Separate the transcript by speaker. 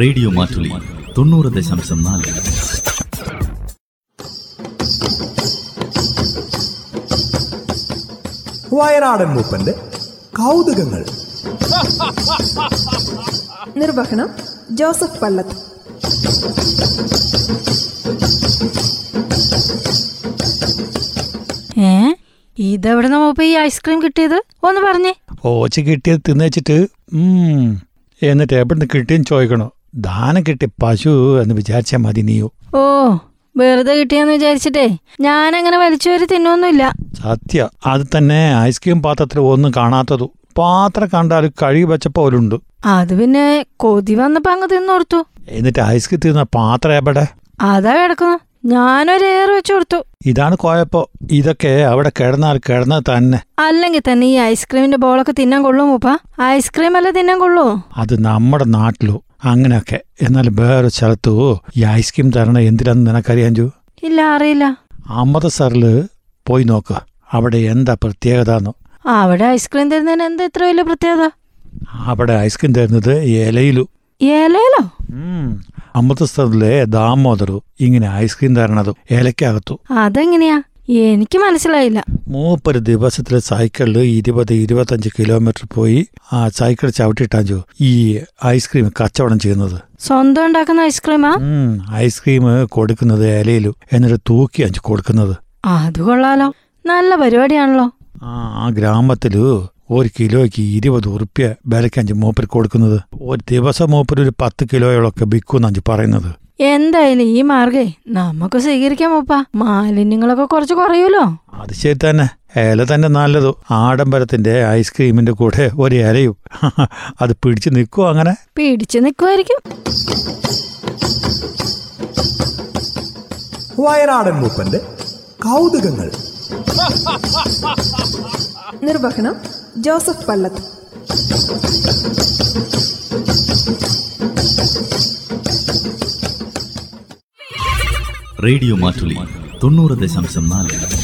Speaker 1: radio Mattoli തൊണ്ണൂറ് ദശാംശം നാല്
Speaker 2: വയനാടൻ മൂപ്പന്റെ കൗതുകങ്ങൾ
Speaker 3: നിർവഹണം ജോസഫ് പള്ളത്ത്
Speaker 4: ഏ ഇതെവിടുന്ന മൂപ്പ ഈ ഐസ്ക്രീം കിട്ടിയത് ഒന്ന് പറഞ്ഞേ
Speaker 5: ഓച്ച കിട്ടിയത് തിന്ന് വെച്ചിട്ട് ഉം, എന്നിട്ട് എവിടുന്ന് കിട്ടിയെന്ന് ചോദിക്കണോ ദാനം കിട്ടിയ പശു എന്ന് വിചാരിച്ചാൽ മതി നീയോ
Speaker 4: ഓ വെറുതെ കിട്ടിയെന്ന് വിചാരിച്ചിട്ടേ ഞാനങ്ങനെ വലിച്ചു വരി തിന്നൊന്നുമില്ല
Speaker 5: സത്യ അത് തന്നെ ഐസ്ക്രീം പാത്രത്തിൽ ഒന്നും കാണാത്തതു പാത്രം കണ്ടാൽ കഴുകി വെച്ചപ്പോൾ ഒരുണ്ട്
Speaker 4: അത് പിന്നെ കൊതി വന്നപ്പോ അങ്ങ് തിന്നോർത്തു
Speaker 5: എന്നിട്ട് ഐസ്ക്രീം തിന്ന പാത്രം എവിടെ
Speaker 4: അതാ കിടക്കുന്നു ഞാനൊരു ഏറ് വെച്ചു കൊടുത്തു
Speaker 5: ഇതാണ് കോയപ്പോ ഇതൊക്കെ അവിടെ കിടന്നാൽ കിടന്നത് തന്നെ
Speaker 4: അല്ലെങ്കിൽ തന്നെ ഈ ഐസ്ക്രീമിന്റെ ബോളൊക്കെ തിന്നാൻ കൊള്ളൂ മൂപ്പ ഐസ്ക്രീം അല്ല തിന്നാൻ കൊള്ളൂ
Speaker 5: അത് നമ്മുടെ നാട്ടിലോ അങ്ങനെയൊക്കെ എന്നാൽ വേറെ സ്ഥലത്തോ ഈ ഐസ്ക്രീം തരണ എന്തിനാന്ന് നിനക്കറിയാൻ ജോ
Speaker 4: ഇല്ല അറിയില്ല
Speaker 5: അമൃതസറിൽ പോയി നോക്ക് അവിടെ എന്താ പ്രത്യേകത എന്നോ
Speaker 4: അവിടെ ഐസ്ക്രീം തരുന്നതിന് എന്താ ഇത്ര വലിയ പ്രത്യേകത
Speaker 5: അവിടെ ഐസ്ക്രീം തരുന്നത് ഇലയിലു
Speaker 4: ഏലയിലോ
Speaker 5: അമൃതസറിലെ ദാമോദരു ഇങ്ങനെ ഐസ്ക്രീം തരണതു ഇലയ്ക്കകത്തു
Speaker 4: അതെങ്ങനെയാ എനിക്ക് മനസ്സിലായില്ല
Speaker 5: മൂപ്പര് ദിവസത്തിൽ സൈക്കിളിൽ ഇരുപത് ഇരുപത്തഞ്ച് കിലോമീറ്റർ പോയി ആ സൈക്കിൾ ചവിട്ടിട്ടാഞ്ചു ഈ ഐസ്ക്രീം കച്ചവടം ചെയ്യുന്നത്
Speaker 4: സ്വന്തം ഉണ്ടാക്കുന്ന ഐസ്ക്രീമാ
Speaker 5: ഉം, ഐസ്ക്രീം കൊടുക്കുന്നത് ഇലയിലു എന്നിട്ട് തൂക്കി അഞ്ച് കൊടുക്കുന്നത്
Speaker 4: അത് കൊള്ളാലോ നല്ല പരിപാടിയാണല്ലോ
Speaker 5: ആ ആ ഗ്രാമത്തില് ഒരു കിലോയ്ക്ക് ഇരുപത് ഉറുപ്യ വിലക്കഞ്ച് മൂപ്പര് കൊടുക്കുന്നത് ഒരു ദിവസം മൂപ്പര് ഒരു പത്ത് കിലോയോളൊക്കെ വിൽക്കുന്നാഞ്ച് പറയുന്നത്
Speaker 4: എന്തായാലും ഈ മാർഗേ നമുക്ക് സ്വീകരിക്കാം ഒപ്പ മാലിന്യങ്ങളൊക്കെ കുറച്ച് കുറയൂലോ
Speaker 5: അത് ശരി തന്നെ ഇല തന്നെ നല്ലതു ആഡംബരത്തിന്റെ ഐസ്ക്രീമിന്റെ കൂടെ ഒരു ഇലയും അത് പിടിച്ചു നിൽക്കുമോ അങ്ങനെ
Speaker 4: പിടിച്ചു നിൽക്കുമായിരിക്കും
Speaker 2: വയനാടൻ മൂപ്പന്റെ കൗതുകങ്ങൾ
Speaker 3: നിർവഹണം ജോസഫ് പള്ളത്ത്
Speaker 1: റേഡിയോ മാറ്റുലി തൊണ്ണൂറ് ദശാംശം നാല്